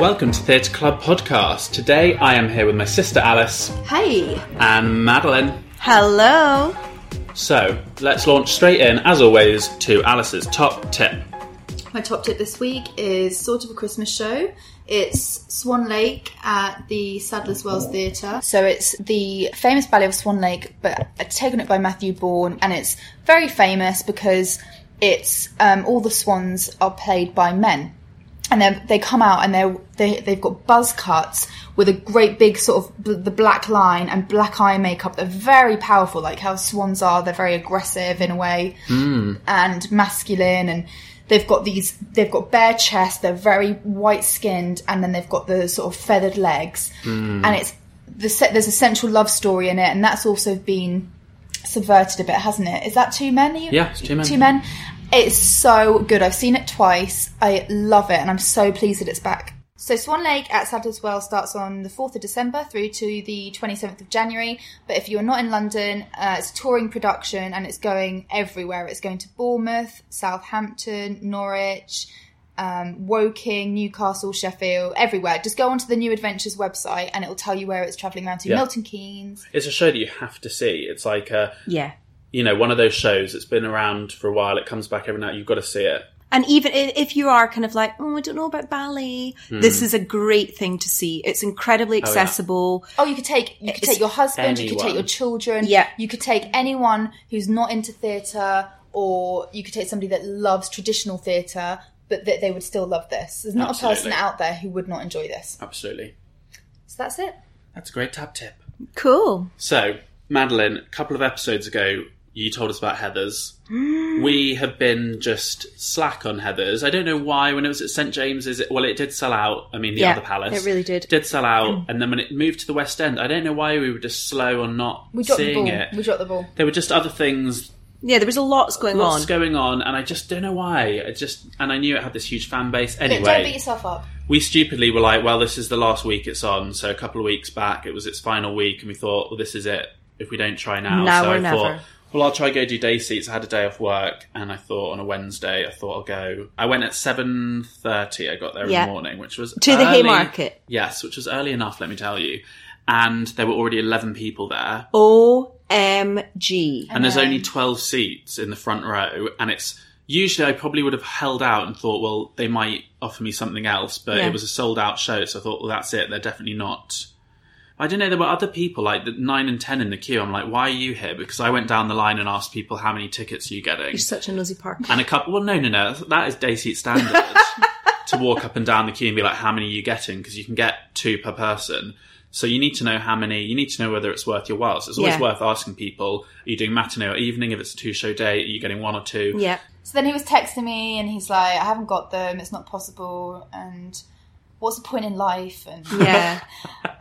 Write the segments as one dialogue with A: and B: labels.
A: Welcome to Theatre Club Podcast. Today I am here with my sister Alice
B: Hey.
A: and Madeline.
B: Hello.
A: So let's launch straight in, as always, to Alice's top tip.
B: My top tip this week is sort of a Christmas show. It's Swan Lake at the Sadler's Wells Theatre. So it's the famous ballet of Swan Lake, but taken up by Matthew Bourne, and it's very famous because it's um, all the swans are played by men. and they they come out and they they they've got buzz cuts with a great big sort of bl- the black line and black eye makeup. They're very powerful, like how swans are. They're very aggressive in a way and masculine, and they've got these they've got bare chests. They're very white skinned, and then they've got the sort of feathered legs,
A: Mm.
B: and it's. The se- there's a central love story in it, and that's also been subverted a bit, hasn't it? Is that two men? You-
A: Yeah, it's two men.
B: Two men. It's so good. I've seen it twice. I love it, and I'm so pleased that it's back. So Swan Lake at Sadler's Well starts on the 4th of December through to the 27th of January. But if you're not in London, uh, it's a touring production and it's going everywhere. It's going to Bournemouth, Southampton, Norwich, um, Woking, Newcastle, Sheffield, everywhere. Just go onto the New Adventures website and it will tell you where it's travelling around to.
A: Yeah.
B: Milton Keynes.
A: It's a show that you have to see. It's like a,
C: Yeah.
A: you know one of those shows that's been around for a while. It comes back every night. You've got to see it.
C: And even i- if you are kind of like, oh, I don't know about ballet, this is a great thing to see. It's incredibly
A: Hmm. yeah.
C: accessible.
B: Oh, you could take you could
C: It's
B: take your husband, you could take
A: anyone.
B: your children,
C: Yeah.
B: you could take anyone who's not into theatre, or you could take somebody that loves traditional theatre, but that they would still love this. There's not a person
A: Absolutely.
B: out there who would not enjoy this.
A: Absolutely.
B: So that's it.
A: That's a great tab tip.
C: Cool.
A: So, Madeline, a couple of episodes ago, you told us about Heather's. we have been just slack on Heather's. I don't know why. When it was at St James's, it, well, it did sell out. I mean, the
C: Yeah,
A: other palace,
C: it really did.
A: did sell out. and then when it moved to the West End, I don't know why we were just slow on not
B: We dropped the
A: seeing
B: ball.
A: it.
B: We dropped the ball.
A: There were just other things,
C: Yeah, there was a lot going
A: lots
C: on.
A: going on, and I just don't know why. I just and I knew it had this huge fan base. Anyway,
B: Don't beat yourself up.
A: we stupidly were like, well, this is the last week it's on. So a couple of weeks back, it was its final week, and we thought, well, this is it. If we don't try now,
C: Now
A: so
C: or
A: I
C: never.
A: thought, well, I'll try go do day seats. I had a day off work, and I thought on a Wednesday, I thought I'll go. I went at seven thirty. I got there
C: Yeah.
A: in the morning, which was
C: To the
A: early-
C: Haymarket.
A: Yes, which was early enough, let me tell you. And there were already eleven people there,
C: OMG.
A: and there's only twelve seats in the front row, and it's. Usually, I probably would have held out and thought, well, they might offer me something else, but
C: Yeah.
A: it was a sold out show, so I thought, well, that's it. They're definitely not I don't know. There were other people like the nine and ten in the queue. I'm like, why are you here? Because I went down the line and asked people how many tickets are you getting,
C: You're such a nosy park.
A: and a couple. Well, no, no, no. That is day seat standard to walk up and down the queue and be like, how many are you getting? Because you can get two per person. So you need to know how many. You need to know whether it's worth your while. So it's always
C: Yeah.
A: worth asking people: Are you doing matinee or evening? If it's a two show day, are you getting one or two?
C: Yeah.
B: So then he was texting me, and he's like, "I haven't got them. It's not possible." And what's the point in life? And
C: Yeah.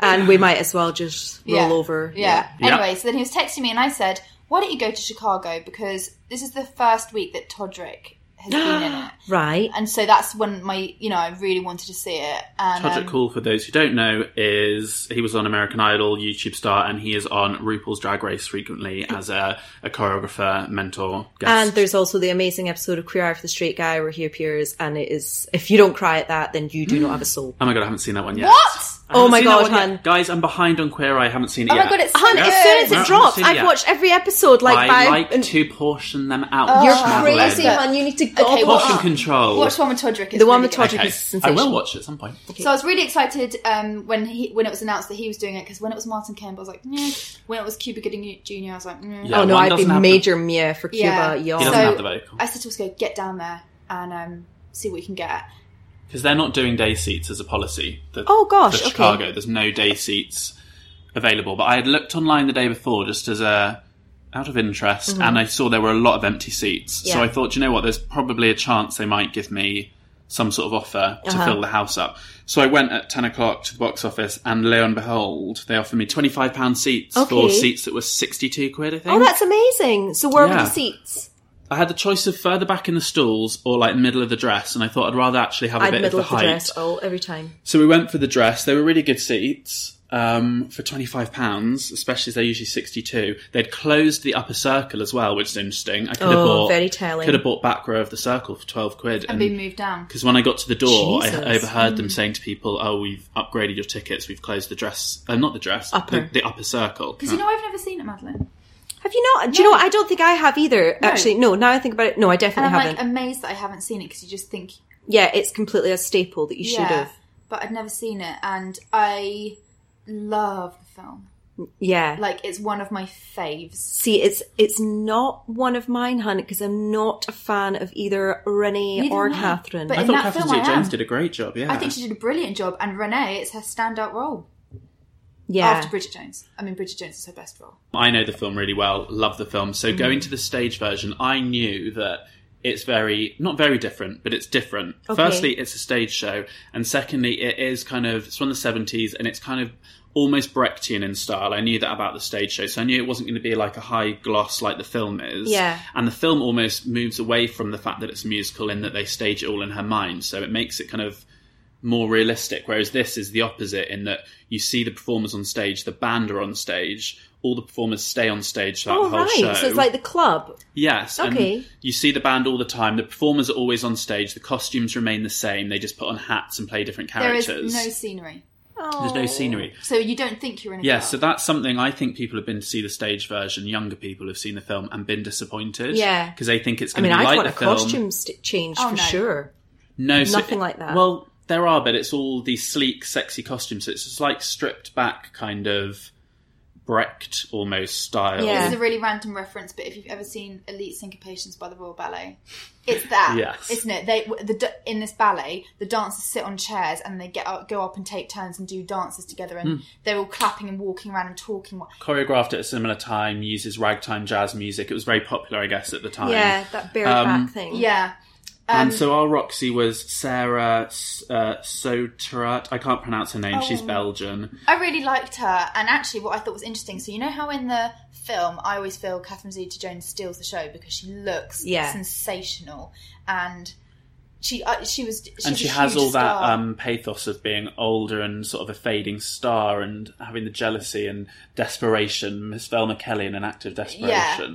C: and we might as well just roll
B: Yeah.
C: over.
B: Yeah.
A: Yeah.
B: Anyway, so then he was texting me, and I said, "Why don't you go to Chicago? Because this is the first week that Todrick has been in it,
C: Right.
B: and so that's when my, you know, I really wanted to see it." And
A: Todrick
B: um,
A: Hall, for those who don't know, is he was on American Idol, YouTube star, and he is on RuPaul's Drag Race frequently as a, a choreographer, mentor, guest.
C: And there's also the amazing episode of Queer Eye for the Straight Guy where he appears, and it is if you don't cry at that, then you do not have a soul.
A: oh my god, I haven't seen that one yet.
B: what?
A: I haven't
C: Oh my
A: seen that
C: God,
A: one yet.
C: hun.
A: guys, I'm behind on Queer Eye. I haven't seen it
B: Oh
A: yet.
B: my god, it's so
C: Hun,
B: good.
C: as soon as
A: No, I haven't
C: it drops,
A: seen it
C: I've
A: yet.
C: watched every episode like
A: I
C: by
A: like
C: and-
A: to portion them out.
B: Oh,
C: You're
A: Madeline.
B: Madeline.
C: crazy, hon. You need to go.
B: Okay,
A: Portion
B: Watch-
A: control.
B: Watch one with Todrick. It's
C: The one
B: really
C: with
B: good.
C: Todrick
A: okay.
C: is
A: I
C: sensational.
A: will watch it at some point.
B: So I was really excited um, when he when it was announced that he was doing it because when it was Martin Kemp, I was like, "Nyeh." when it was Cuba Gooding Jr., I was like, "Nyeh."
A: Yeah.
C: oh no,
A: one
C: I'd be
A: doesn't have
C: major Mia for Cuba.
B: Yeah.
C: Yeah.
A: He doesn't
B: So-
A: have the vocal
B: I said to Oscar, "Get down there and um, see what you can get."
A: because they're not doing day seats as a policy. The,
C: Oh, gosh,
A: for
C: okay.
A: Chicago, there's no day seats available. But I had looked online the day before just as a out of interest, and I saw there were a lot of empty seats. So
C: Mm-hmm. Yeah.
A: I thought, you know what, there's probably a chance they might give me some sort of offer to
C: Uh-huh.
A: fill the house up. So I went at ten o'clock to the box office, and lo and behold, they offered me twenty five pound seats for
C: Okay.
A: seats that were sixty two quid. I think.
C: oh, that's amazing. So where
A: Yeah.
C: were the seats?
A: I had the choice of further back in the stalls or like middle of the dress, and I thought I'd rather actually have a
C: I'd
A: bit
C: middle
A: of the height.
C: dress. Oh, every time.
A: So we went for the dress. They were really good seats. um, for twenty five pounds, especially as they're usually sixty two. They'd closed the upper circle as well, which is interesting. I could have
C: Oh,
A: bought
C: very telling.
A: Could have bought back row of the circle for twelve quid
B: and being moved down.
A: because when I got to the door, I
C: Jesus. Mm.
A: I overheard them saying to people, "Oh, we've upgraded your tickets. We've closed the dress, uh, not the dress,
C: Upper.
A: The, the upper circle."
B: Because you know I've never seen it, Madeline.
C: Have you not? Do you know what? I don't think I have either. Actually, no. Now I think about it, no, I
B: And
C: definitely
B: I'm
C: haven't.
B: like um, amazed that I haven't seen it because you just think
C: yeah, it's completely a staple that you should have.
B: But I'd never seen it, and I love the film.
C: Yeah.
B: Like it's one of my faves.
C: See, it's it's not one of mine, hun, because I'm not a fan of either Renee
B: Neither
C: or
B: am I.
C: Catherine.
B: But
A: I
B: in
A: thought
B: that
A: Catherine
B: film I
A: Zeta-Jones
B: am.
A: did a great job. Yeah,
B: I think she did a brilliant job, and Renee, it's her standout role
C: yeah,
B: after Bridget Jones. I mean, Bridget Jones is her best role.
A: I know the film really well, love the film. So going
C: Mm.
A: to the stage version, I knew that it's very not very different, but it's different.
C: Okay.
A: Firstly, it's a stage show, and secondly, it is kind of it's from the seventies, and it's kind of almost Brechtian in style. I knew that about the stage show, so I knew it wasn't going to be like a high gloss like the film is.
C: Yeah.
A: and the film almost moves away from the fact that it's a musical in that they stage it all in her mind, so it makes it kind of more realistic. Whereas this is the opposite in that you see the performers on stage, the band are on stage, all the performers stay on stage throughout
C: oh
A: the whole
C: right,
A: show.
C: so it's like the club.
A: yes, and
C: Okay.
A: you see the band all the time. The performers are always on stage. The costumes remain the same. They just put on hats and play different characters.
B: There is no scenery,
A: There's
C: Oh.
A: no scenery.
B: so you don't think you're in a
A: Yeah,
B: club.
A: so that's something I think people have been to see the stage version. Younger people have seen the film and been disappointed.
C: Yeah.
A: because they think it's
C: I
A: going
C: mean,
A: to be
C: I'd
A: like
C: want a
A: the film.
C: costume st- change
B: Oh,
C: for
B: no.
C: sure.
A: No, so-
C: Nothing like that.
A: Well, there are, but it's all these sleek, sexy costumes. So it's just like stripped back, kind of Brecht almost style.
C: Yeah.
B: This is a really random reference, but if you've ever seen Elite Syncopations by the Royal Ballet, it's that,
A: Yes.
B: isn't it? They the d- in this ballet, the dancers sit on chairs and they get up, go up and take turns and do dances together, and
A: Hmm.
B: they're all clapping and walking around and talking.
A: Choreographed at a similar time, uses ragtime jazz music. It was very popular, I guess, at the time.
C: Yeah, that bare
A: Um,
C: back thing.
B: Yeah, um,
A: and so our Roxy was Sarah S- uh, Soterat. I can't pronounce her name. She's Belgian.
B: I really liked her, and actually, what I thought was interesting. So you know how in the film, I always feel Catherine Zeta-Jones steals the show because she looks
C: Yeah.
B: sensational, and she uh, she was she's
A: and she
B: a
A: has
B: huge
A: all that
B: star.
A: um, pathos of being older and sort of a fading star and having the jealousy and desperation. Miss Velma Kelly in an act of desperation.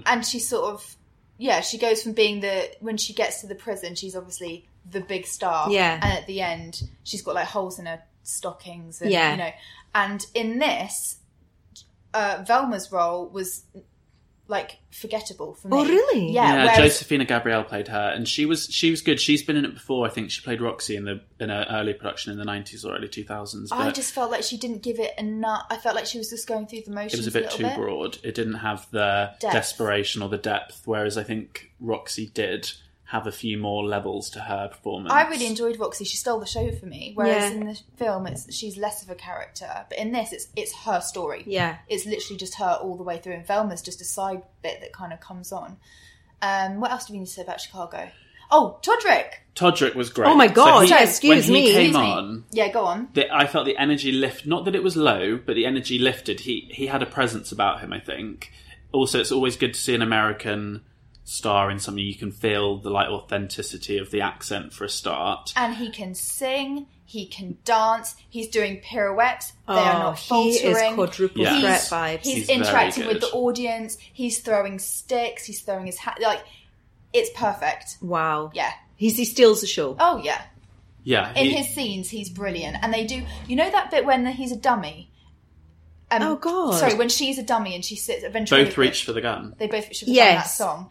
B: Yeah, and she sort of, yeah, she goes from being the when she gets to the prison, she's obviously the big star.
C: Yeah.
B: and at the end, she's got like holes in her stockings. And,
C: Yeah.
B: you know, and in this, uh, Velma's role was like forgettable for me.
C: Oh, really?
B: Yeah.
A: Yeah,
B: whereas-
A: Josephina Gabrielle played her, and she was she was good. She's been in it before. I think she played Roxy in the in an early production in the nineties or early two thousands.
B: I
A: But
B: just felt like she didn't give it enough. I felt like she was just going through the motions.
A: it was a bit
B: little
A: too broad. It didn't have the
B: Depth.
A: desperation or the depth. Whereas I think Roxy did have a few more levels to her performance.
B: I really enjoyed Roxy. She stole the show for me. Whereas
C: Yeah.
B: in the film, it's she's less of a character, but in this, it's it's her story.
C: Yeah.
B: it's literally just her all the way through, and Velma's just a side bit that kind of comes on. Um, what else do we need to say about Chicago? Oh, Todrick.
A: Todrick was great.
C: Oh my
A: So
C: god!
A: he-
B: Sorry,
A: when
C: excuse
A: he
C: me.
A: came
B: Excuse me.
A: on.
B: Yeah, go on.
A: The, I felt the energy lift. Not that it was low, but the energy lifted. He he had a presence about him. I think. Also, it's always good to see an American star in something you can feel the like authenticity of the accent for a start.
B: And he can sing. He can dance. He's doing pirouettes. They are
C: Oh,
B: not
C: he is
B: faltering.
C: quadruple
A: Yeah.
C: threat
B: He's,
C: vibes.
B: he's
A: He's very
B: interacting with
A: good.
B: the audience. He's throwing sticks. He's throwing his hat. Like, it's perfect.
C: wow.
B: Yeah.
C: He's, he steals the show.
B: Oh yeah.
A: Yeah,
B: in
A: he-
B: his scenes he's brilliant and they do you know that bit when he's a dummy um,
C: Oh, God.
B: sorry when she's a dummy and she sits eventually
A: both reached for the gun.
B: they both should have done that
C: Yes.
B: song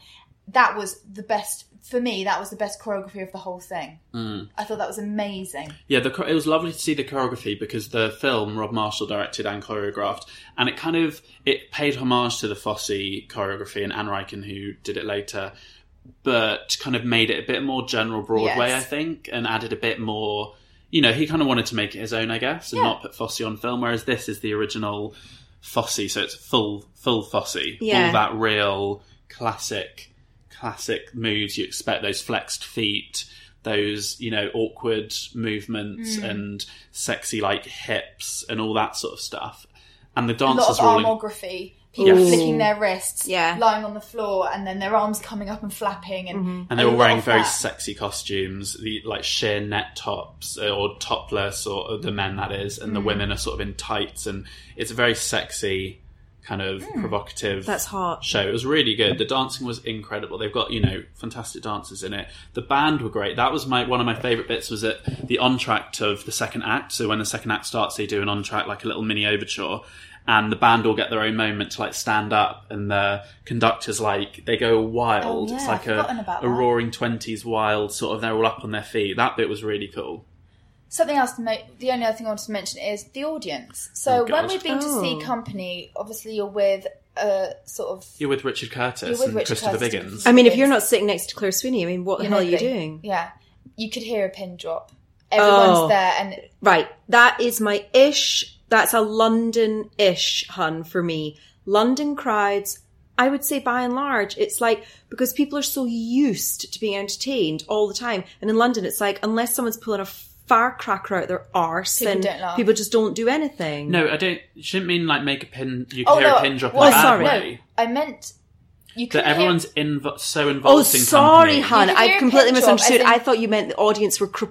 B: that was the best for me that was the best choreography of the whole thing
A: Mm.
B: I thought that was amazing
A: Yeah, the, cho- it was lovely to see the choreography because the film Rob Marshall directed and choreographed, and it kind of it paid homage to the Fosse choreography and Anne Riken who did it later, but kind of made it a bit more general Broadway,
B: Yes.
A: I think, and added a bit more. You know, he kind of wanted to make it his own, I guess, and
B: Yeah.
A: not put Fosse on film. Whereas this is the original Fosse, so it's full full Fosse,
C: Yeah.
A: all that real classic classic moves you expect those flexed feet those you know awkward movements
B: Mm.
A: and sexy like hips and all that sort of stuff and the
B: a lot of
A: dancers were all in-
B: armography people
A: Yes.
B: flicking their wrists,
C: Yeah.
B: lying on the floor, and then their arms coming up and flapping, and
C: Mm-hmm.
A: And they're
B: a
A: all
B: lot
A: wearing
B: of
A: very
B: that.
A: sexy costumes, the like sheer net tops uh, or topless, or the men that is,
B: Mm.
A: and the women are sort of in tights, and it's a very sexy kind of
B: Mm.
A: provocative.
C: That's hot.
A: Show it was really good. The dancing was incredible. They've got you know fantastic dancers in it. The band were great. That was my one of my favorite bits was at the entr'acte of the second act. So when the second act starts, they do an entr'acte like a little mini overture, and the band all get their own moment to like stand up, and the conductors like they go wild.
B: Oh, yeah,
A: it's
B: I've
A: like
B: forgotten
A: a,
B: about
A: a
B: that.
A: roaring twenties wild sort of. They're all up on their feet. That bit was really cool.
B: Something else, to mo- the only other thing I wanted to mention is the audience.
A: Oh,
B: So
A: God.
B: when we've been to
C: Oh.
B: see Company, obviously you're with a sort of.
A: You're with Richard Curtis
B: You're with
A: and
B: Richard
A: Christopher
B: Curtis.
A: Biggins.
C: I mean, if you're not sitting next to Claire Sweeney, I mean, what the
B: you're
C: hell are you
B: nobody.
C: doing?
B: Yeah. You could hear a pin drop. Everyone's
C: Oh.
B: there, and
C: Right, that is my ish. That's a London ish hun for me. London crowds, I would say by and large, it's like because people are so used to being entertained all the time. And in London, it's like unless someone's pulling a firecracker out their arse,
B: People
C: and
B: don't laugh.
C: people just don't do anything.
A: no, I don't. You shouldn't mean like make a pin. You can
B: oh
A: hear
B: no,
A: a pin drop.
B: well,
A: in a bad
C: sorry.
A: way.
B: no, I meant you could
A: that
B: hear.
A: everyone's invo- so involved.
C: Oh, sorry, hun.
B: You can hear
C: I've
B: a
C: completely
B: pin drop,
C: misunderstood.
B: as in-
C: I thought you meant the audience were cr-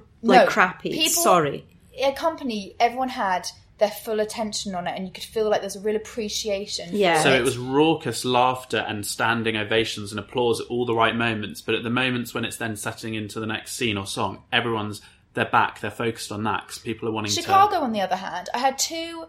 B: No,
C: like crappy.
B: people-
C: sorry.
B: a company, everyone had their full attention on it, and you could feel like there's a real appreciation.
C: Yeah.
A: So it was raucous laughter and standing ovations and applause at all the right moments, but at the moments when it's then setting into the next scene or song, everyone's they're back, they're focused on that because people are wanting
B: Chicago, on the other hand, I had two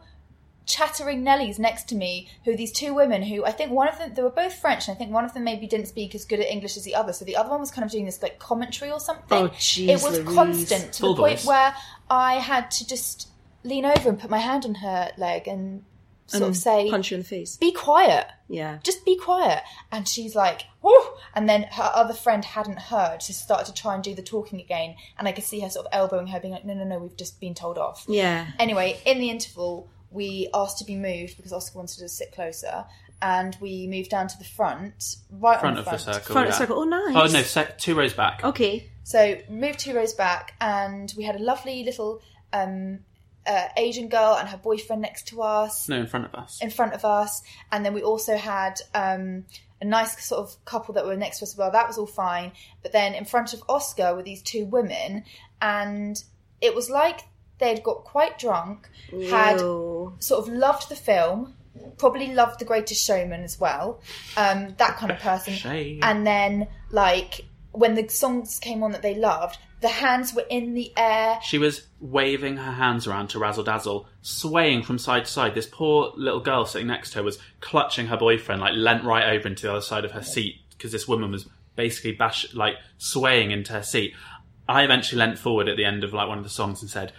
B: chattering Nellies next to me, who are these two women who I think one of them, they were both French, and I think one of them maybe didn't speak as good at English as the other. So the other one was kind of doing this like commentary or something.
C: Oh, jeez,
B: It was
C: Louise.
B: constant to
A: Full
B: the point
A: voice.
B: where I had to just lean over and put my hand on her leg and sort of say,
C: Mm. Punch you in the face.
B: be quiet.
C: Yeah.
B: just be quiet. And she's like, oh. And then her other friend hadn't heard, so started to try and do the talking again. And I could see her sort of elbowing her, being like, no, no, no, we've just been told off.
C: Yeah.
B: Anyway, in the interval, we asked to be moved because Oscar wanted to sit closer. And we moved down to the front, right
A: Front
B: on
A: of
B: the
A: the
B: front.
A: circle.
C: Front
A: yeah.
C: circle. Oh, nice.
A: Oh no, sec- two rows back.
C: Okay.
B: So moved two rows back, and we had a lovely little um, uh, Asian girl and her boyfriend next to us.
A: No, in front of us.
B: in front of us, and then we also had um, a nice sort of couple that were next to us as well. That was all fine, but then in front of Oscar were these two women, and it was like they'd got quite drunk, had
C: Ew.
B: sort of loved the film, probably loved The Greatest Showman as well, um, that kind of person,
A: Shame.
B: and then like when the songs came on that they loved, the hands were in the air.
A: She was waving her hands around to razzle dazzle, swaying from side to side. This poor little girl sitting next to her was clutching her boyfriend, like leant right over into the other side of her seat because this woman was basically bash like swaying into her seat. I eventually leant forward at the end of like one of the songs and said,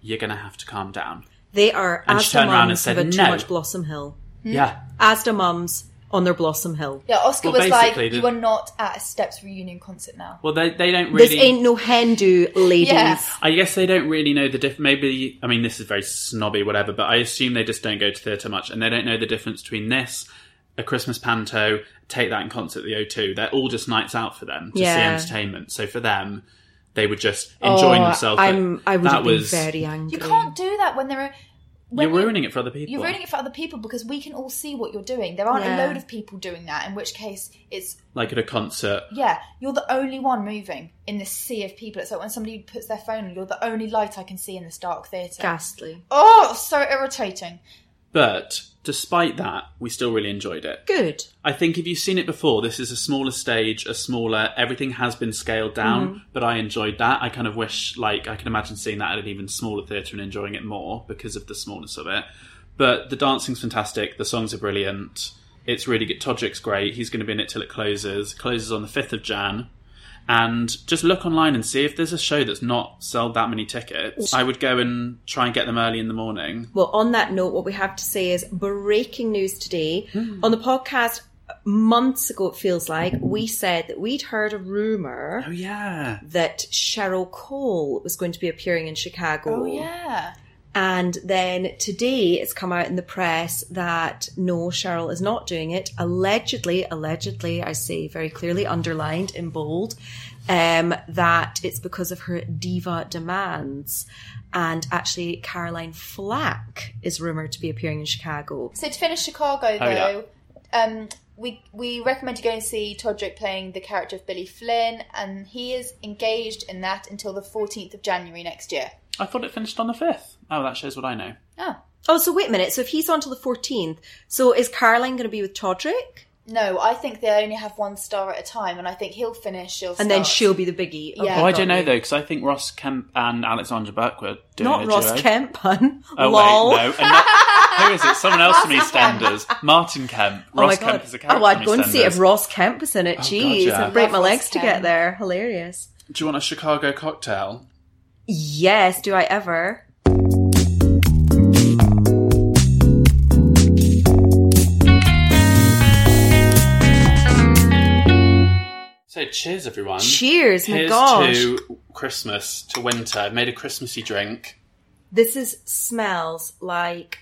A: "You're gonna have to calm down."
C: They are
A: And she
C: Asda
A: turned around and
C: mums have
A: said,
C: had too
A: "No."
C: much Blossom Hill.
A: Yeah,
C: Asda mums on their Blossom Hill.
B: Yeah, Oscar
A: Well,
B: was like,
A: basically the-
B: "You are not at a Steps reunion concert now."
A: well they they don't really.
C: This ain't no hen do, ladies.
B: Yeah.
A: I guess they don't really know the diff. Maybe I mean this is very snobby, whatever. But I assume they just don't go to theatre much, and they don't know the difference between this, a Christmas panto, take that in concert at the O2. They're all just nights out for them to
C: Yeah.
A: see entertainment. So for them, they were just enjoying
C: Oh,
A: themselves. but
C: I'm, I would
A: that
C: have been
A: was
C: very angry.
B: You can't do that when there are. When
A: you're ruining it for other people.
B: You're ruining it for other people because we can all see what you're doing. There aren't
C: Yeah.
B: a load of people doing that. In which case, it's
A: like at a concert.
B: yeah, you're the only one moving in this sea of people. It's like when somebody puts their phone on. You're the only light I can see in this dark theatre.
C: Ghastly.
B: Oh, so irritating.
A: But despite that, we still really enjoyed it.
C: Good.
A: I think if you've seen it before, this is a smaller stage, a smaller. Everything has been scaled down, but I enjoyed that. I kind of wish, like, I can imagine seeing that at an even smaller theatre and enjoying it more because of the smallness of it. But the dancing's fantastic. The songs are brilliant. It's really good. Todrick's great. He's going to be in it till it closes. Closes on the fifth of Jan. And just look online and see if there's a show that's not sold that many tickets. I would go and try and get them early in the morning.
C: Well, on that note, what we have to say is breaking news today.
B: Hmm.
C: On the podcast months ago, it feels like, we said that we'd heard a rumour
A: Oh yeah,
C: that Cheryl Cole was going to be appearing in Chicago.
B: Oh yeah.
C: And then today it's come out in the press that no, Cheryl is not doing it. Allegedly, allegedly, I say very clearly underlined in bold, um, that it's because of her diva demands. And actually, Caroline Flack is rumored to be appearing in Chicago.
B: So to finish Chicago though,
A: yeah.
B: um, we we recommend you go and see Todrick playing the character of Billy Flynn, and he is engaged in that until the 14th of January next year.
A: I thought it finished on the 5th. Oh, that shows what I know.
B: Oh.
C: Oh, so wait a minute. So if he's on till the 14th, so is Caroline going to be with Todrick?
B: No, I think they only have one star at a time, and I think he'll finish, she'll
C: And then
B: start.
C: she'll be the biggie.
B: Yeah.
A: oh, I
C: got
A: don't know
C: you.
A: though, because I think Ross Kemp and Alexandra Burke were doing a
C: Not Ross
A: duo.
C: Kemp, hun.
A: Oh
C: Lol.
A: wait, no. And that- who is it? Someone else from EastEnders. Martin Kemp.
C: Oh my
A: Ross
C: god.
A: Kemp is a character.
C: Oh, I'd
A: on Oh,
C: go and see if
A: EastEnders.
C: Ross Kemp was in it.
A: God,
C: Jeez,
A: yeah.
C: I'd break my
B: Love Ross
C: legs to get
B: Kemp.
C: there. Hilarious.
A: Do you want a Chicago cocktail?
C: Yes, do I ever?
A: So cheers, everyone.
C: Cheers, my
A: Um, Here's
C: gosh.
A: to Christmas, to winter. I've made a Christmassy drink.
C: This is smells like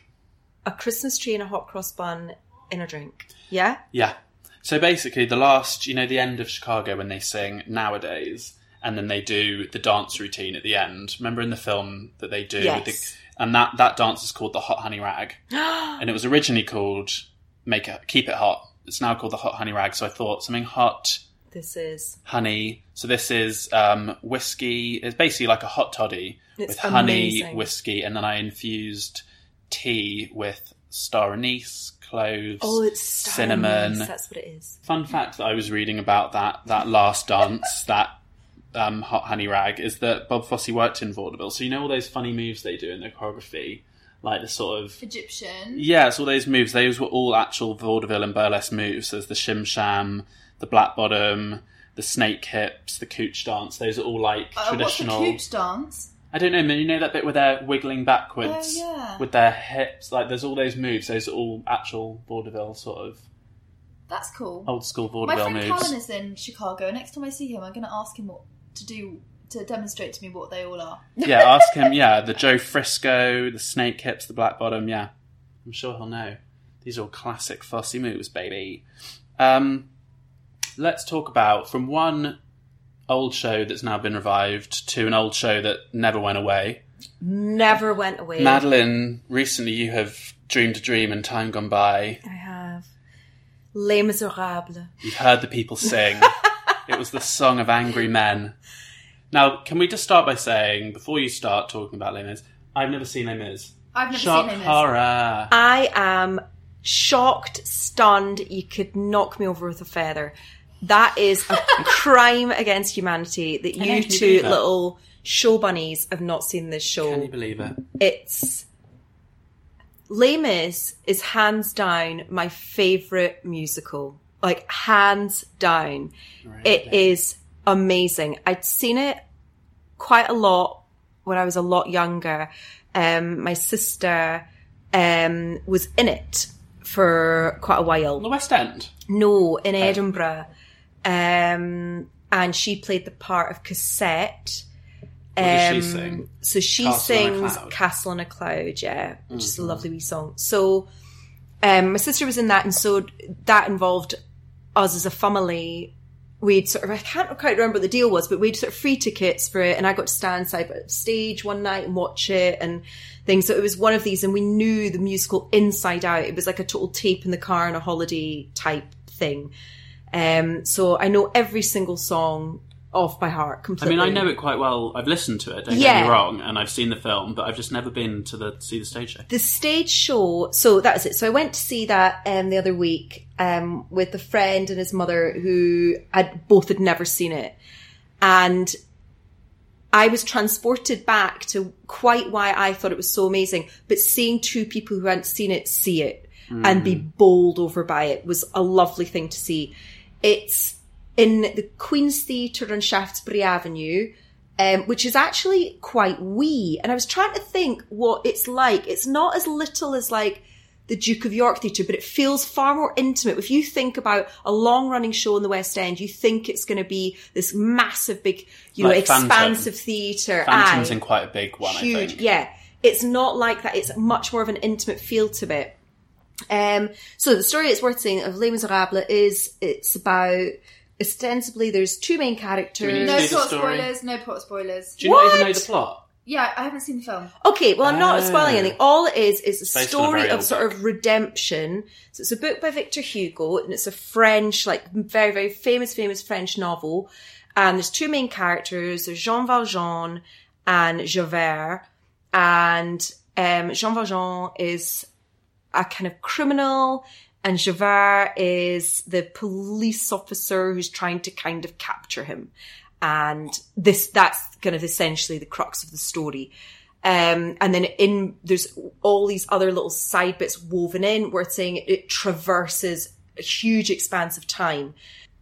C: a Christmas tree and a hot cross bun in a drink. Yeah?
A: Yeah. So basically, the last, you know, the end of Chicago when they sing nowadays, and then they do the dance routine at the end. Remember in the film that they do,
C: Yes.
A: the, and that that dance is called the Hot Honey Rag, and it was originally called Make it, Keep It Hot. It's now called the Hot Honey Rag. So I thought something hot,
C: This is
A: honey. So this is um, whiskey. It's basically like a hot toddy
C: It's
A: with honey,
C: amazing.
A: whiskey, and then I infused tea with star anise, cloves,
C: Oh, it's star
A: cinnamon.
C: anise, That's what it is.
A: Fun fact that I was reading about that that last dance that. Um, hot honey rag is that Bob Fosse worked in vaudeville, so you know all those funny moves they do in their choreography, like the sort of
B: Egyptian.
A: yeah, it's all those moves. Those were all actual vaudeville and burlesque moves. There's the shim sham, the black bottom, the snake hips, the cooch dance. Those are all like
B: Uh, what's the
A: traditional.
B: cooch dance?
A: I don't know, man. You know that bit where they're wiggling backwards
B: Oh, yeah.
A: with their hips. Like there's all those moves. Those are all actual vaudeville sort of
B: That's cool.
A: old school
B: My
A: vaudeville
B: friend
A: moves.
B: Callan is in Chicago. Next time I see him, I'm going to ask him what to do to demonstrate to me what they all are.
A: yeah, ask him. Yeah, the Joe Frisco, the snake hips, the black bottom. Yeah, I'm sure he'll know. These are all classic fussy moves, baby. Um, let's talk about from one old show that's now been revived to an old show that never went away.
C: Never went away.
A: Madeline, recently you have dreamed a dream and time gone by.
C: I have Les Miserables.
A: You've heard the people sing. it was the song of angry men. Now, can we just start by saying, before you start talking about Les Mis, I've never seen Les Mis.
B: I've never
A: Shock
B: seen him. as-
A: horror.
C: I am shocked, stunned. You could knock me over with a feather. That is a crime against humanity that
A: I
C: you
A: actually
C: two
A: believe that.
C: little show bunnies have not seen this
A: Can you
C: show.
A: believe it?
C: It's Les Mis is hands down my favorite musical. Like hands down. It is amazing. I'd seen it quite a lot when I was a lot younger. Um, my sister um, was in it for quite a
A: On the
C: while.
A: West End.
C: No, in Edinburgh. Um, and she played the part of Cassette.
A: What does she
C: Um,
A: sing?
C: So she
A: Castle on a
C: sings
A: Cloud. Mm-hmm.
C: Castle on a Cloud, yeah, which is a lovely wee song. So um, my sister was in that, and so that involved us as a family. We'd sort of, I can't quite remember what the deal was, but we'd sort of free tickets for it, and I got to stand side by stage one night and watch it and things. So it was one of these, and we knew the musical inside out. It was like a total tape in the car on a holiday type thing. Um, so I know every single song off by heart
A: I
C: completely.
A: mean, I know it quite well. I've listened to it. Don't get
C: Yeah.
A: me wrong, and I've seen the film, but I've just never been to the see the stage show.
C: the stage show so that's it so i went to see that um, the other week um, with a friend and his mother who had both had never seen it and i was transported back to quite why i thought it was so amazing but seeing two people who hadn't seen it see it and be
A: Mm.
C: bowled over by it was a lovely thing to see it's in the queen's theatre on shaftesbury avenue um, which is actually quite wee. And I was trying to think what it's like. It's not as little as like the Duke of York Theatre, but it feels far more intimate. If you think about a long running show in the West End, you think it's going to be this massive, big, you know,
A: Like Phantom.
C: expansive theatre.
A: Phantom's
C: Aye.
A: in quite a big one. I
C: Huge,
A: think.
C: yeah. It's not like that. It's much more of an intimate feel to it. Um, so the story it's worth saying of Les Miserables is it's about ostensibly there's two main characters.
A: need to
B: No
A: Do the
B: plot
A: story.
B: spoilers, no plot spoilers.
A: Do you not even know
C: What?
A: the plot?
B: Yeah, I haven't seen the film.
C: Okay, well, I'm not
A: Ah.
C: spoiling anything. All it is is a
A: on a
C: story
A: very
C: of
A: old
C: sort of redemption. So it's a book by Victor Hugo, and it's a French, like very, very famous, famous French novel. And there's two main characters: there's Jean Valjean and Javert. And um, Jean Valjean is a kind of criminal, and Javert is the police officer who's trying to kind of capture him. And this that's kind of essentially the crux of the story. Um, and then in there's all these other little side bits woven in. We're saying it, it traverses a huge expanse of time.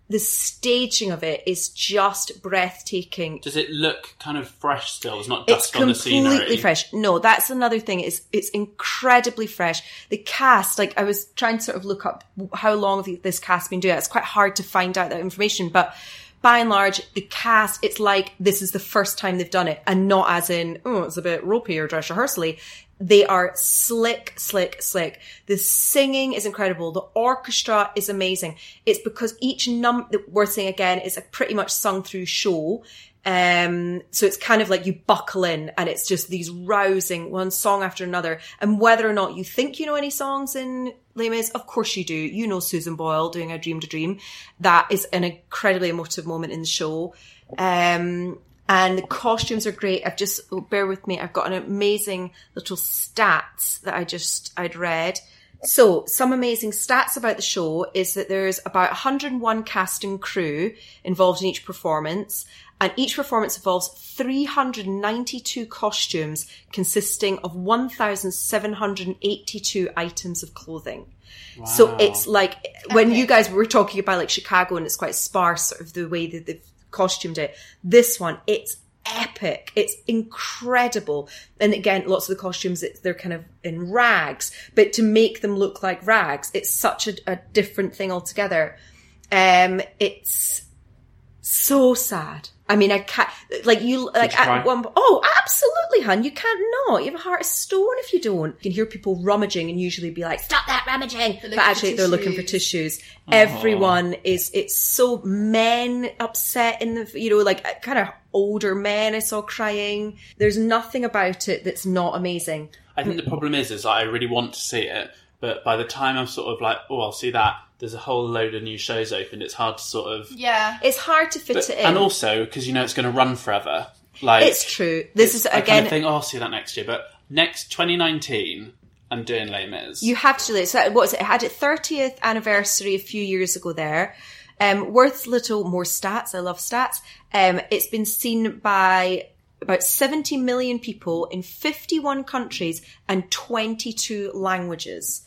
C: The staging of it is just breathtaking
A: Does it look kind of fresh still? It's not
C: it's
A: dust on the
C: completely
A: scenery.
C: fresh. No, that's another thing. It's it's incredibly fresh. The cast, like I was trying to sort of look up how long the- this cast been doing. it. It's quite hard to find out that information, but by and large, the cast, it's like this is the first time they've done it, and not as in oh, it's a bit ropey or dress rehearsally. They are slick, slick, slick. The singing is incredible. The orchestra is amazing. It's because each num that we're saying again is a pretty much sung through show. Um, so it's kind of like you buckle in and it's just these rousing one song after another. And whether or not you think you know any songs in Les Mis, of course you do. You know Susan Boyle doing I Dreamed a Dream. That is an incredibly emotive moment in the show. Um, and the costumes are great. I've just, oh, bear with me. I've got an amazing little stats that I just, I'd read. So, some amazing stats about the show is that there's about 101 cast and crew involved in each performance, and each performance involves 392 costumes consisting of 1,782 items of clothing. So
A: Wow.
C: it's like when
B: Okay.
C: you guys were talking about like Chicago and it's quite sparse, sort of the way that they've costumed it. This one, it's epic. It's incredible. And again, lots of the costumes, it's, they're kind of in rags, but to make them look like rags, it's such a, a different thing altogether. Um, it's so sad. I mean, I can't, like you, like
A: you
C: at
A: cry?
B: Right.
C: one, oh, absolutely, hun. You can't not. You have a heart of stone if you don't. You can hear people rummaging and usually be like, stop that rummaging. But
B: looking for
C: actually, they're looking for tissues.
A: Oh.
C: Everyone is, it's so men upset in the, you know, like kind of older men I saw crying. There's nothing about it that's not amazing.
A: I think the problem is, is like, I really want to see it, but by the time I'm sort of like, oh, I'll see that. There's a whole load of new shows opened. It's hard to sort of,
B: Yeah.
C: It's hard to fit it in.
A: and also because you know it's going to run forever. Like
C: it's true. This is
A: I kind
C: again,
A: of think, oh, I'll see that next year. But next 2019, I'm doing Les Mis.
C: You have to. So what was it? It had its thirtieth anniversary a few years ago. There, um, worth little more stats. I love stats. Um, it's been seen by about seventy million people in fifty-one countries and twenty-two languages.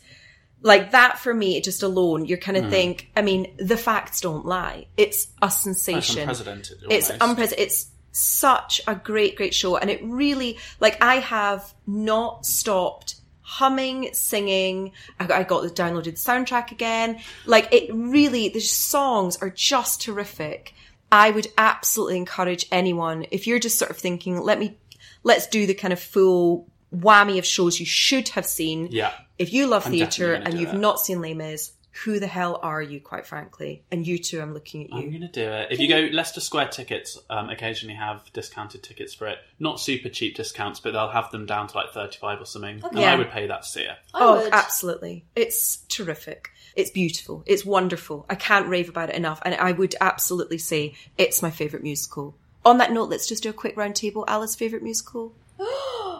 C: Like that for me, just alone, you're kind of think. I mean, the facts don't lie. It's a
A: That's
C: sensation.
A: unprecedented.
C: It's
A: almost.
C: unprecedented. It's such a great, great show. And it really, like, I have not stopped humming, singing. I got, I got the downloaded soundtrack again. Like, it really, the songs are just terrific. I would absolutely encourage anyone, if you're just sort of thinking, let me, let's do the kind of full whammy of shows you should have seen.
A: Yeah.
C: If you love
A: I'm definitely
C: theatre
A: gonna
C: and
A: do
C: you've
A: that.
C: not seen Les Mis, who the hell are you, quite frankly? And you two, I'm looking at you.
A: I'm gonna do it. If you go Leicester Square tickets, um, occasionally have discounted tickets for it. Not super cheap discounts, but they'll have them down to like thirty five or something. And
C: Yeah.
A: I would pay that to see it.
B: I
C: Oh,
B: would.
C: absolutely. It's terrific. It's beautiful. It's wonderful. I can't rave about it enough. And I would absolutely say it's my favourite musical. On that note, let's just do a quick round table. Alice, favourite musical?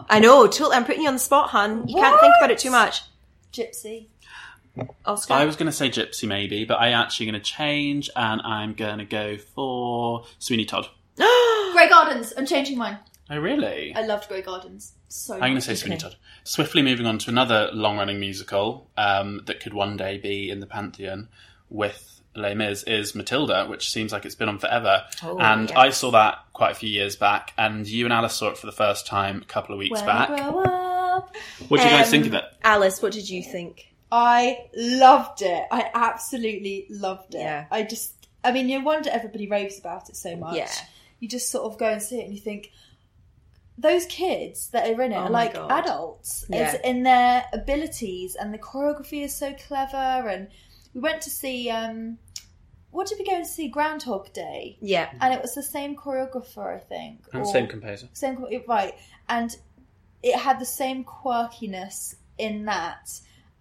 C: I know, totally. I'm putting you on the spot, hun. You can't think about it too much.
B: Gypsy.
C: Oscar?
A: I was gonna say Gypsy maybe, but I actually gonna change and I'm gonna go for Sweeney Todd.
B: Grey Gardens. I'm changing mine.
A: Oh really?
B: I loved Grey Gardens so
A: I'm going to
B: much.
A: say Sweeney
C: Okay.
A: Todd. Swiftly moving on to another long running musical um, that could one day be in the Pantheon with Les Mis is Matilda, which seems like it's been on forever.
C: Oh,
A: and
C: yes.
A: I saw that quite a few years back, and you and Alice saw it for the first time a couple of weeks
B: When I
A: back.
B: grow up.
A: What do you guys
C: Um,
A: think of it?
C: Alice, what did you think?
B: I loved it. I absolutely loved it.
C: Yeah.
B: I just, I mean, no wonder everybody raves about it so much.
C: Yeah.
B: You just sort of go and see it and you think, those kids that are in it
C: Oh
B: are
C: my
B: like
C: God.
B: adults
C: Yeah.
B: It's in their abilities and the choreography is so clever. And we went to see, um, what did we go and see? Groundhog Day.
C: Yeah.
B: And it was the same choreographer, I think.
A: And
B: or-
A: same composer.
B: same co- right and it had the same quirkiness in that.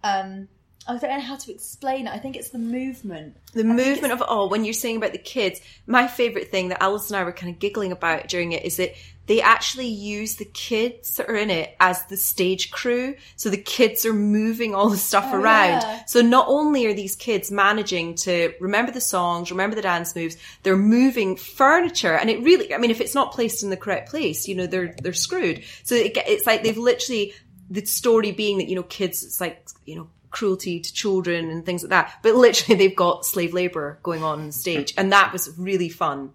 B: Um, I don't know how to explain it. I think it's the movement.
C: The movement of it all, when you're saying about the kids, my favourite thing that Alice and I were kind of giggling about during it is that they actually use the kids that are in it as the stage crew. So the kids are moving all the stuff
B: Oh,
C: around.
B: yeah.
C: So not only are these kids managing to remember the songs, remember the dance moves, they're moving furniture. And it really, I mean, if it's not placed in the correct place, you know, they're, they're screwed. So it, ge- it's like they've literally, the story being that, you know, kids, it's like, you know, cruelty to children and things like that. But literally they've got slave labor going on on stage. And that was really fun.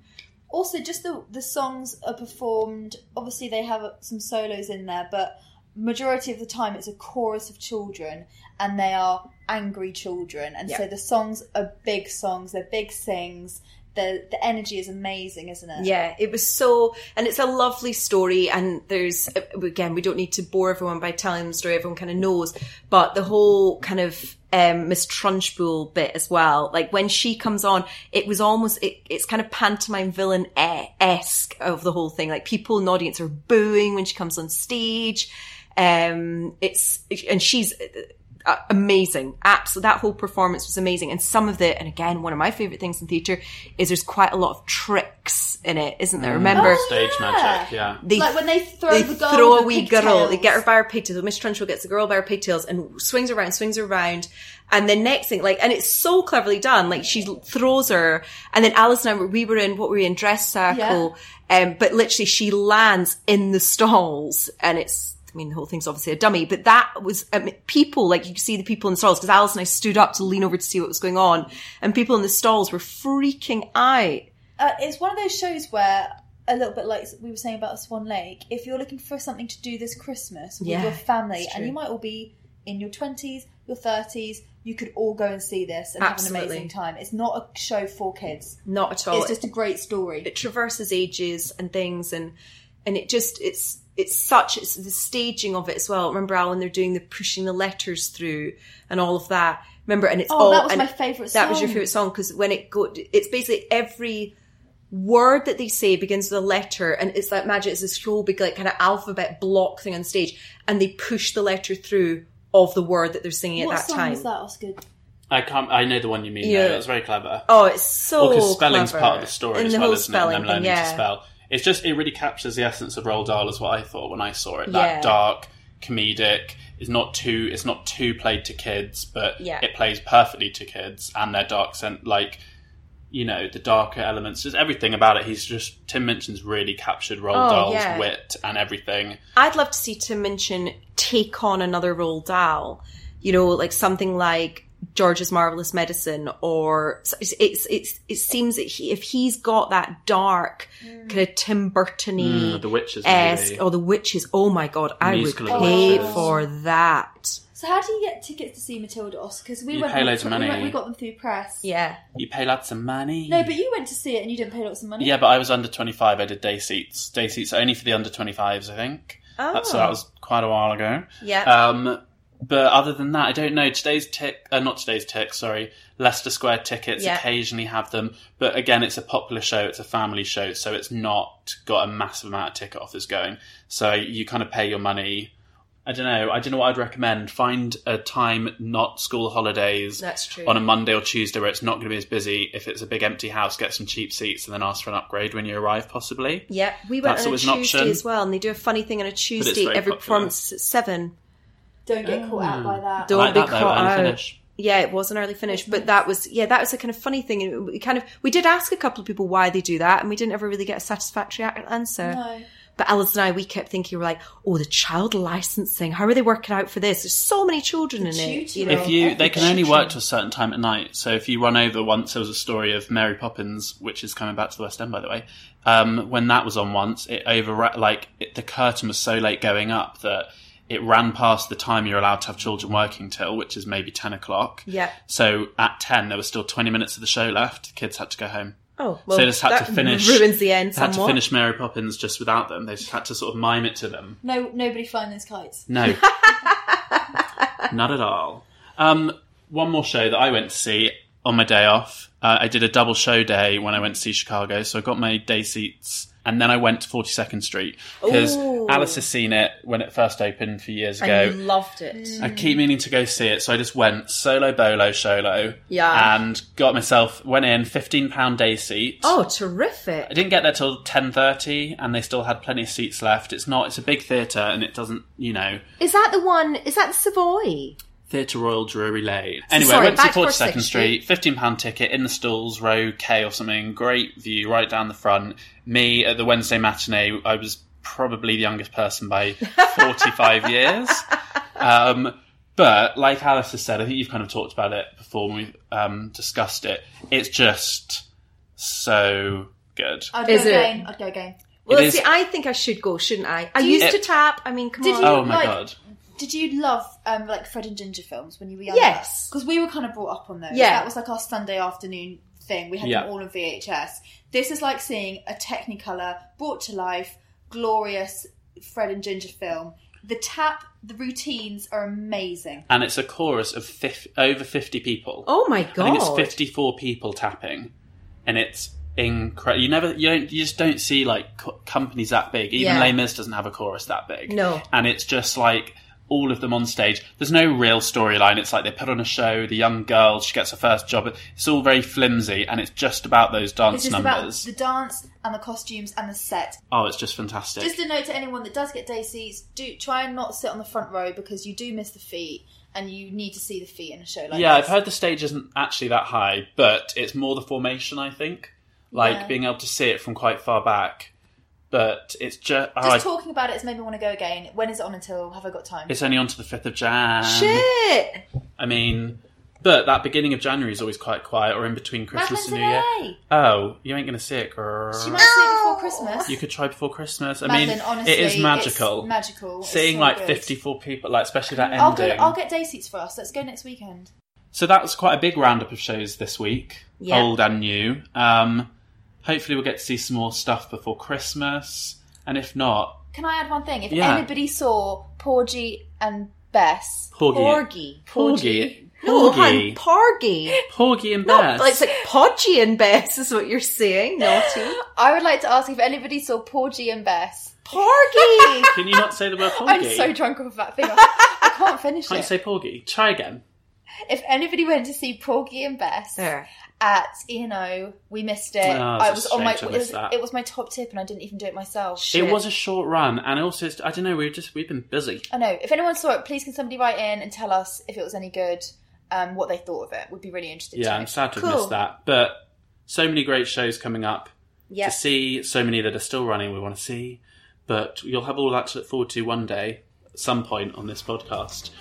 B: Also, just the the songs are performed. Obviously, they have some solos in there, but majority of the time it's a chorus of children, and they are angry children. And so
C: Yeah.
B: the songs are big songs. They're big sings. The the energy is amazing, isn't it?
C: Yeah, it was so, and it's a lovely story. And there's, again, we don't need to bore everyone by telling the story, everyone kind of knows, but the whole kind of um, Miss Trunchbull bit as well. Like when she comes on, it was almost, it, it's kind of pantomime villain esque of the whole thing. Like people in the audience are booing when she comes on stage. Um, it's, and she's, uh, amazing. Absolutely, that whole performance was amazing. And some of the, and again, one of my favorite things in theater is there's quite a lot of tricks in it, isn't
A: Mm.
C: there? Remember,
B: Oh,
A: Stage
B: yeah.
A: magic, yeah.
C: they
B: like when they throw
C: they
B: the girl
C: throw
B: with
C: a
B: the
C: wee girl. They
B: pigtails.
C: get her by her pigtails. Miss Trunchbull gets the girl by her pigtails and swings her around, swings her around. And the next thing, like, and it's so cleverly done. Like she l- throws her, and then Alice and I, were- we were in what were we in dress circle, um, but literally she lands in the stalls, and it's. I mean, the whole thing's obviously a dummy, but that was um, people like you could see the people in the stalls because Alice and I stood up to lean over to see what was going on, and people in the stalls were freaking out.
B: Uh, it's one of those shows where, a little bit like we were saying about Swan Lake, if you're looking for something to do this Christmas with
C: Yeah,
B: your family,
C: it's
B: and
C: true.
B: you might all be in your 20s, your 30s, you could all go and see this and
C: Absolutely.
B: have an amazing time. It's not a show for kids,
C: Not at all.
B: it's just a great story.
C: it traverses ages and things and and it just it's it's such it's the staging of it as well remember alan they're doing the pushing the letters through and all of that remember and it's
B: Oh,
C: all
B: that was
C: and
B: my favourite
C: that was your
B: song.
C: favorite song because when it go it's basically every word that they say begins with a letter and it's like magic it's this whole big like kind of alphabet block thing on stage and they push the letter through of the word that they're singing
B: what
C: at that
B: song
C: time
B: was that, Oscar?
A: I can't. I know the one you mean.
C: Yeah.
A: Yeah, that's very clever.
C: oh it's so
A: Well, because spelling's
C: clever.
A: part of the story
C: And
A: as
C: the
A: well,
C: whole
A: isn't it? And
C: spelling
A: them learning
C: thing, yeah.
A: to spell. It's just it really captures the essence of Roald Dahl, is what I thought when I saw it.
C: Yeah.
A: That dark, comedic. It's not too. It's not too played to kids, but
C: Yeah.
A: it plays perfectly to kids and their dark sense. Like you know, the darker elements. Just everything about it. He's just Tim Minchin's really captured Roald
C: Oh,
A: Dahl's
C: yeah.
A: wit and everything.
C: I'd love to see Tim Minchin take on another Roald Dahl, you know, like something like George's Marvelous Medicine, or it's it's, it's it seems that he, if he's got that dark kind of Tim Burton-y
A: Mm, the witches.
C: esque
A: movie.
C: or the witches, oh my god, I would
A: Musical
B: of
C: pay
B: witches.
C: for that.
B: So, how do you get tickets to see Matilda, Oscar? Because we
A: You
B: went
A: pay
B: on-
A: loads of
B: we went-
A: money.
B: We got them through press.
C: Yeah,
A: You pay lots of money.
B: No, but you went to see it and you didn't pay lots of money.
A: Yeah, but I was under 25. I did day seats. Day seats are only for the under 25s, I think.
C: Oh.
A: That- so that was quite a while ago.
C: yeah.
A: Um, but other than that, I don't know. Today's tick, uh, not today's tick, sorry. Leicester Square tickets
C: Yeah.
A: occasionally have them. But again, it's a popular show. It's a family show. So it's not got a massive amount of ticket offers going. So you kind of pay your money. I don't know. I don't know what I'd recommend. Find a time, not school holidays
C: that's true.
A: on a Monday or Tuesday where it's not going to be as busy. If it's a big empty house, get some cheap seats and then ask for an upgrade when you arrive, possibly.
C: yeah, we went
A: That's
C: on a
A: always
C: Tuesday
A: an option.
C: as well, and they do a funny thing on a Tuesday
A: very
C: every
A: popular.
C: performance at seven.
B: Don't get caught out by that.
C: Don't
A: like
C: be
A: that, though,
C: caught
A: early
C: out.
A: finish.
C: Yeah, it was an early finish, but that was yeah, that was a kind of funny thing. And We kind of we did ask a couple of people why they do that, and we didn't ever really get a satisfactory a- answer.
B: No.
C: But Alice and I, we kept thinking we were like, oh, the child licensing. How are they working out for this? There's so many children in it.
B: tutoring.
A: If you, they can only
C: Children.
A: work to a certain time at night. So if you run over once, there was a story of Mary Poppins, which is coming back to the West End, by the way. Um, when that was on once, it over like it, the curtain was so late going up that it ran past the time you're allowed to have children working till, which is maybe ten o'clock.
C: Yeah.
A: So at ten, there was still twenty minutes of the show left. The kids had to go home.
C: Oh,
A: so
C: well,
A: they just had
C: that
A: to finish.
C: ruins the end
A: They had to
C: somewhat.
A: finish Mary Poppins just without them. They just had to sort of mime it to them.
B: No, nobody flying those kites.
A: No, not at all. Um, one more show that I went to see on my day off. Uh, I did a double show day when I went to see Chicago, so I got my day seats and then I went to 42nd Street because
C: Ooh.
A: Alice has seen it when it first opened a few years
C: I
A: ago.
C: loved it.
A: I keep meaning to go see it, so I just went solo bolo solo.
C: Yeah.
A: And got myself went in fifteen pound day seat.
C: Oh,
A: I
C: terrific.
A: didn't get there till ten thirty, and they still had plenty of seats left. It's not; it's a big theatre, and it doesn't, you know,
C: Is that the one? Is that the Savoy?
A: Theatre Royal Drury Lane. Anyway,
C: sorry,
A: went to
C: back to
A: Forty Second
C: 42nd
A: Street, fifteen pound ticket in the stalls, row K or something. Great view right down the front. Me at the Wednesday matinee, I was probably the youngest person by forty five years. Um, but like Alice has said, I think you've kind of talked about it before when we um, discussed it. It's just so good.
B: I'd
C: Is
B: go
C: it-
B: again. I'd go again.
C: Well,
A: is-
C: see, I think I should go, shouldn't I? I
B: Do you-
C: used
A: It-
C: to tap. I mean, come
B: Did
C: on.
B: you-
A: Oh my
B: like-
A: god!
B: Did you love um, like Fred and Ginger films when you were younger?
C: Yes.
B: because we were kind of brought up on those.
C: Yeah.
B: that was like our Sunday afternoon thing. We had
A: Yeah.
B: them all on VHS. This is like seeing a Technicolor brought to life, glorious Fred and Ginger film. The tap, the routines are amazing.
A: And it's a chorus of fif- over fifty people.
C: Oh my god.
A: I think it's 54 people tapping, and it's incredible. You never, you don't, you just don't see like co- companies that big. Even
C: Yeah.
A: Les Mis doesn't have a chorus that big.
C: No.
A: and it's just like all of them on stage. There's no real storyline. It's like they put on a show. The young girl, she gets her first job. It's all very flimsy, and it's just about those
B: It's
A: dance
B: just
A: numbers.
B: about the dance and the costumes and the set.
A: Oh, it's just fantastic.
B: Just a note to anyone that does get day seats: do try and not sit on the front row because you do miss the feet, and you need to see the feet in a show like
A: yeah,
B: this.
A: I've heard the stage isn't actually that high, but it's more the formation. I think, like
B: Yeah.
A: being able to see it from quite far back. But it's just, oh,
B: Just
A: I
B: talking about it has made me want to go again. When is it on until? Have I got time?
A: It's only on to the 5th of Jan.
C: Shit.
A: I mean, but that beginning of January is always quite quiet or in between Christmas
B: Madeline's
A: and
B: in
A: New Year.
B: LA.
A: Oh, you ain't going to see it, girl.
B: She might see it before Christmas.
A: You could try before Christmas. I
B: Madeline,
A: mean,
B: honestly,
A: it is magical.
B: It's magical. It's
A: Seeing
B: so
A: like
B: good.
A: 54 people, like especially that
B: I'll go.
A: ending.
B: I'll get day seats for us. Let's go next weekend.
A: So that was quite a big roundup of shows this week,
C: Yeah.
A: old and new. Um, hopefully, we'll get to see some more stuff before Christmas. And if not,
B: Can I add one thing? If
A: Yeah.
B: anybody saw Porgy and Bess,
A: Porgy.
C: Porgy.
A: Porgy.
C: No, hun,
A: Porgy.
C: Porgy.
A: Porgy and
C: No,
A: Bess.
C: like, it's like Podgy and Bess is what you're saying. Naughty.
B: I would like to ask if anybody saw Porgy and Bess.
C: Porgy.
A: Can you not say the word Porgy?
B: I'm so drunk off that thing. I can't finish
A: Can't you
B: it.
A: say Porgy? Try again.
B: If anybody went to see Porgy and Bess,
C: there.
B: at you know we missed it.
A: Oh, it's
B: I
A: a
B: was on my
A: shame to
B: it
A: miss
B: was,
A: that.
B: it was my top tip, and I didn't even do it myself.
C: Shit.
A: It was a short run, and also it's, I don't know. We've just we've been busy.
B: I know. If anyone saw it, please can somebody write in and tell us if it was any good, um, what they thought of it. We'd be really interested.
A: Yeah,
B: to.
A: I'm sad to have
C: Cool.
A: missed that, but so many great shows coming up
C: Yeah.
A: to see. So many that are still running. We want to see, but you'll have all that to look forward to one day, at some point on this podcast.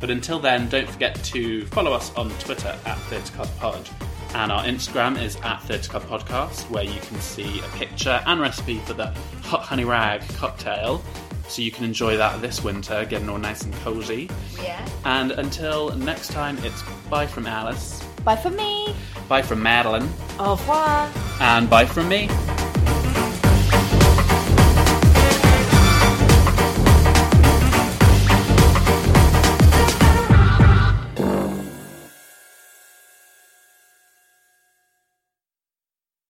A: But until then, don't forget to follow us on Twitter at Theatre Club Pod. And our Instagram is at Theatre Club Podcast, where you can see a picture and recipe for the Hot Honey Rag cocktail. So you can enjoy that this winter, getting all nice and cozy.
B: Yeah.
A: And until next time, it's bye from Alice,
B: Bye for me.
A: bye from Madeline,
C: Au revoir.
A: and bye from me.